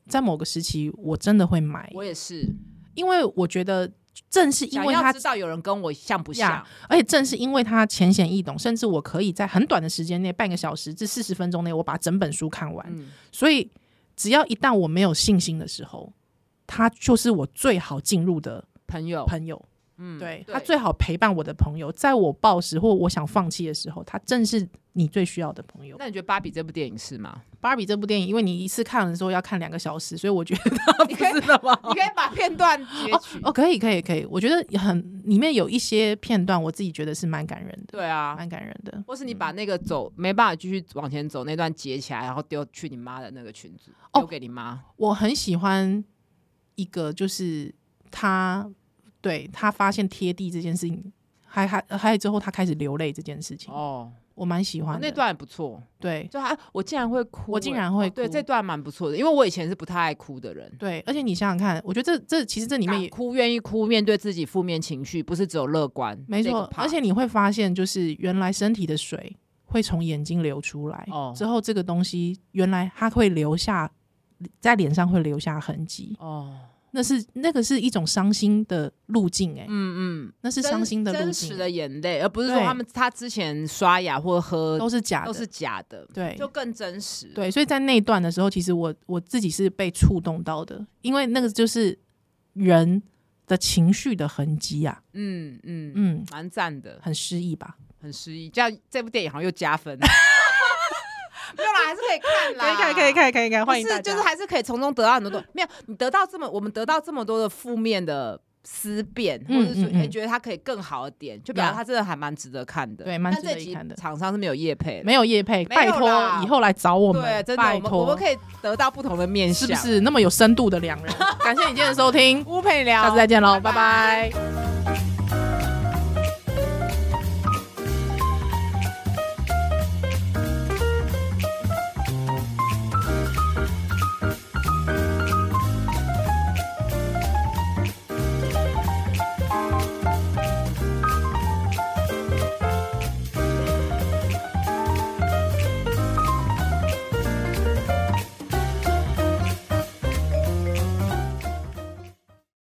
Speaker 3: 在某个时期我真的会买，
Speaker 2: 我也是，
Speaker 3: 因为我觉得正是因
Speaker 2: 想
Speaker 3: 为
Speaker 2: 要
Speaker 3: 它
Speaker 2: 知道有人跟我像不像
Speaker 3: 呀，而且正是因为它浅显易懂，甚至我可以在很短的时间内，半个小时至四十分钟内，我把整本书看完。
Speaker 2: 嗯，
Speaker 3: 所以，只要一旦我没有信心的时候，他就是我最好进入的
Speaker 2: 朋友，
Speaker 3: 朋友，
Speaker 2: 嗯，
Speaker 3: 对他最好陪伴我的朋友，在我暴食或我想放弃的时候，他正是你最需要的朋友。
Speaker 2: 那你觉得《芭比》这部电影是 吗？
Speaker 3: 芭比这部电影，因为你一次看的时候要看两个小时，所以我觉得 它不是那么好
Speaker 2: 你可以把片段截取。
Speaker 3: 哦，可以，可以，可以，我觉得很里面有一些片段，我自己觉得是蛮感人的，
Speaker 2: 对啊，
Speaker 3: 蛮嗯感人的。
Speaker 2: 或是你把那个走没办法继续往前走那段截起来，然后丢去你妈的那个群组，
Speaker 3: 哦
Speaker 2: 丢给你妈。
Speaker 3: 我很喜欢一个，就是他对他发现贴地这件事情，还还还有之后他开始流泪这件事情，
Speaker 2: 哦，
Speaker 3: 我蛮喜欢的
Speaker 2: 那段也不错。
Speaker 3: 对
Speaker 2: 就还我竟然会哭欸，
Speaker 3: 我竟然会
Speaker 2: 哦对，
Speaker 3: 哭
Speaker 2: 这段蛮不错的，因为我以前是不太爱哭的人。
Speaker 3: 对，而且你想想看，我觉得这这其实这里面
Speaker 2: 敢
Speaker 3: 也
Speaker 2: 哭，愿意哭，面对自己负面情绪，不是只有乐观。
Speaker 3: 没
Speaker 2: 这个
Speaker 3: 错，
Speaker 2: part
Speaker 3: 而且你会发现，就是原来身体的水会从眼睛流出来，
Speaker 2: 哦
Speaker 3: 之后这个东西原来它会留下在脸上会留下痕迹，
Speaker 2: 哦，
Speaker 3: 那是那个是一种伤心的路径、欸，哎、
Speaker 2: 嗯嗯，
Speaker 3: 那是
Speaker 2: 真
Speaker 3: 伤心的路
Speaker 2: 真
Speaker 3: 径、欸
Speaker 2: 实的眼泪，而不是说
Speaker 3: 对
Speaker 2: 他们他之前刷牙或喝
Speaker 3: 都是假的，
Speaker 2: 都是假的，
Speaker 3: 对，
Speaker 2: 就更真实。，
Speaker 3: 对，所以在那一段的时候，其实我我自己是被触动到的，因为那个就是人的情绪的痕迹啊，
Speaker 2: 嗯嗯嗯，
Speaker 3: 嗯，
Speaker 2: 蛮赞的，
Speaker 3: 很诗意吧？
Speaker 2: 很诗意。这样这部电影好像又加分。 没有啦，还是可以看啦，
Speaker 3: 以，可以，可以
Speaker 2: 不是，就是还是可以从中得到很多东没有，你得到这么，我们得到这么多的负面的思辨，或
Speaker 3: 嗯
Speaker 2: 者是说
Speaker 3: 嗯嗯
Speaker 2: 哎觉得它可以更好的点，就表示
Speaker 3: 呀
Speaker 2: 它真的还蛮值得看的。
Speaker 3: 对蛮
Speaker 2: 但
Speaker 3: 值得
Speaker 2: 这
Speaker 3: 一
Speaker 2: 集
Speaker 3: 看的
Speaker 2: 厂商是没有业配的，
Speaker 3: 没有叶配，
Speaker 2: 没有
Speaker 3: 拜托
Speaker 2: 啦
Speaker 3: 以后来找我们，
Speaker 2: 对，真的，
Speaker 3: 拜
Speaker 2: 我们
Speaker 3: 托
Speaker 2: 我们，可以得到不同的面
Speaker 3: 是
Speaker 2: 向，
Speaker 3: 不？是那么有深度的两人？感谢你今天的收听，
Speaker 2: 乌佩聊，
Speaker 3: 下次再见喽，
Speaker 2: 拜
Speaker 3: 拜拜
Speaker 2: 拜